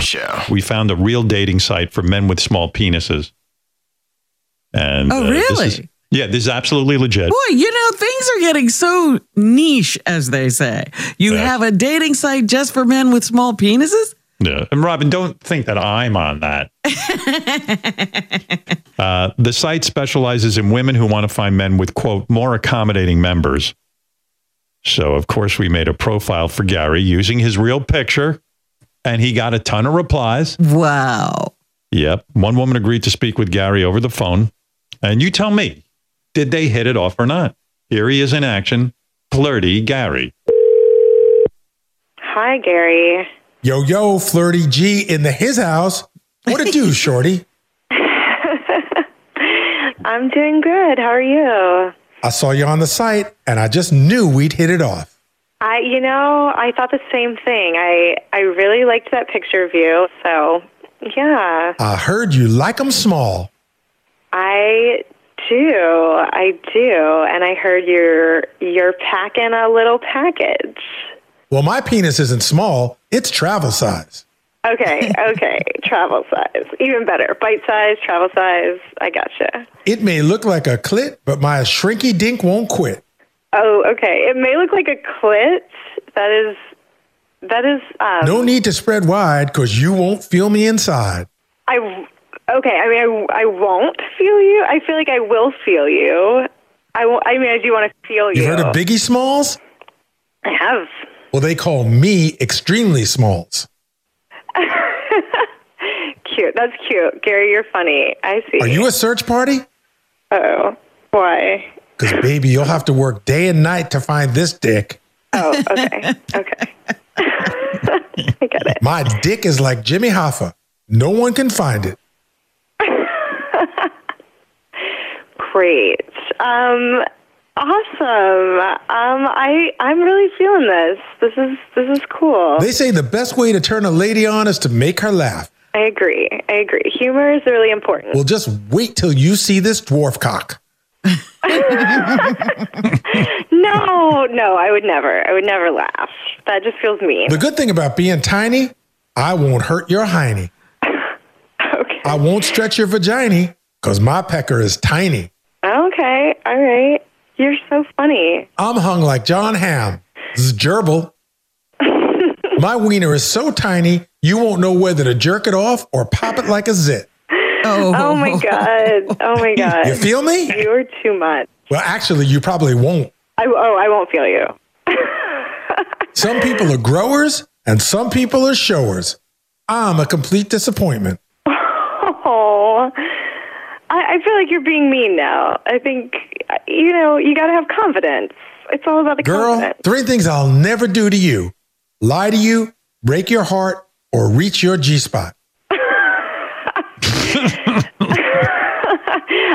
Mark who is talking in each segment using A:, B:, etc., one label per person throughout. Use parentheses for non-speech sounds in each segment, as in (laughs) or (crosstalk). A: show.
B: we found a real dating site for men with small penises. And
C: Oh,
B: uh, this
C: really?
B: is- yeah, this is absolutely legit.
C: Boy, you know, things are getting so niche, as they say. You
B: Yeah.
C: have a dating site just for men with small penises?
B: Yeah. And Robin, don't think that I'm on
C: (laughs)
B: that. uh, the site specializes in women who want to find men with, quote, more accommodating members. So, of course, we made a profile for Gary using his real picture, and he got a ton of replies.
C: Wow.
B: Yep. One woman agreed to speak with Gary over the phone. And you tell me, did they hit it off or not? Here he is in action, flirty Gary.
D: Hi, Gary.
E: Yo, yo, Flirty G in the his house. What it do, Shorty?
D: I'm doing good. How are you?
E: I saw you on the site and I just knew we'd hit it off.
D: I, you know, I thought the same thing. I, I really liked that picture of you. So, yeah,
E: I heard you like 'em small.
D: I do. I do. And I heard you're, you're packing a little package.
E: Well, my penis isn't small, it's travel size.
D: Okay, okay. travel size. Even better. Bite size, travel size. I gotcha.
E: It may look like a clit, but my shrinky dink won't quit.
D: Oh, okay. It may look like a clit. That is, that is, um,
E: No need to spread wide because you won't feel me inside.
D: I okay. I mean, I, I won't feel you. I feel like I will feel you. I, wo- I mean, I do want to feel you.
E: You heard of Biggie Smalls?
D: I have.
E: Well, they call me extremely smalls.
D: Cute. That's cute, Gary. You're funny. I see.
E: Are you a search party?
D: Oh, why?
E: Because, baby, you'll have to work day and night to find this dick.
D: Oh, okay, okay. (laughs) I get it.
E: My dick is like Jimmy Hoffa. No one can find it.
D: Great. Um, awesome. Um, I I'm really feeling this. This is this is cool.
E: They say the best way to turn a lady on is to make her laugh.
D: I agree. I agree. Humor is really important.
E: Well, just wait till you see this dwarf cock.
D: No, no, I would never. I would never laugh. That just feels mean.
E: The good thing about being tiny, I won't hurt your hiney.
D: (laughs) Okay.
E: I won't stretch your vagina because my pecker is tiny.
D: Okay. All right. You're so funny.
E: I'm hung like John Hamm. This is gerbil. my wiener is so tiny, you won't know whether to jerk it off or pop it like a zit.
C: Oh,
D: Oh
E: (laughs)
D: my god. Oh my
E: You
D: god.
E: feel me?
D: You're too much.
E: Well, actually, you probably won't.
D: I oh, I won't feel you.
E: Some people are growers and some people are showers. I'm a complete disappointment.
D: Oh. I, I feel like you're being mean now. I think you know you got to have confidence. It's all about the
E: Girl,
D: confidence.
E: three things I'll never do to you lie to you, break your heart, or reach your G spot.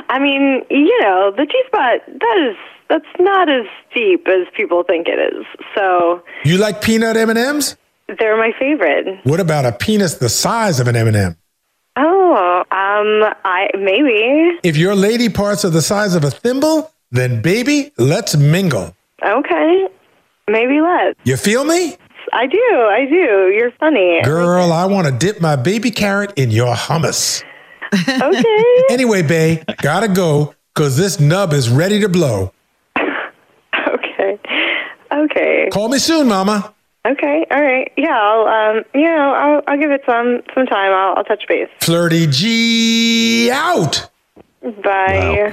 D: I mean, you know, the G spot that is that's not as deep as people think it is. So
E: You like peanut M&Ms?
D: they're my favorite.
E: What about a penis the size of an M&M?
D: Oh, um, I maybe.
E: If your lady parts are the size of a thimble, then baby, let's mingle.
D: Okay, maybe less.
E: You feel me?
D: I do. I do. You're funny.
E: Girl, I want to dip my baby carrot in your hummus. (laughs)
D: Okay.
E: Anyway, bae, gotta go, cause this nub is ready to blow.
D: (laughs) okay. Okay.
E: Call me soon, mama.
D: Okay. All right. Yeah. I'll. Um. You know. I'll. I'll give it some. Some time. I'll. I'll touch base.
E: Flirty G out.
D: Bye.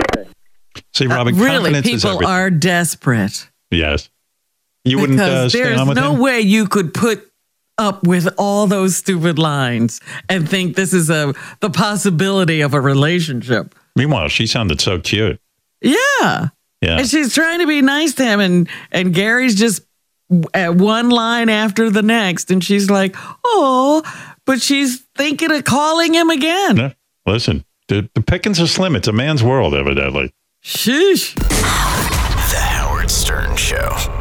B: See, Robin,
C: (laughs) Uh, really,
B: confidence is
C: people
B: everything.
C: are desperate.
B: yes. You wouldn't uh,
C: Because
B: stay
C: there's
B: on with
C: no
B: him?
C: way you could put up with all those stupid lines and think this is a the possibility of a relationship.
B: Meanwhile, she sounded so cute.
C: Yeah.
B: Yeah.
C: And she's trying to be nice to him, and and Gary's just at one line after the next, and she's like, "Oh," but she's thinking of calling him again.
B: Yeah. Listen, the, the pickings are slim. It's a man's world, evidently.
C: Sheesh.
A: The Howard Stern Show.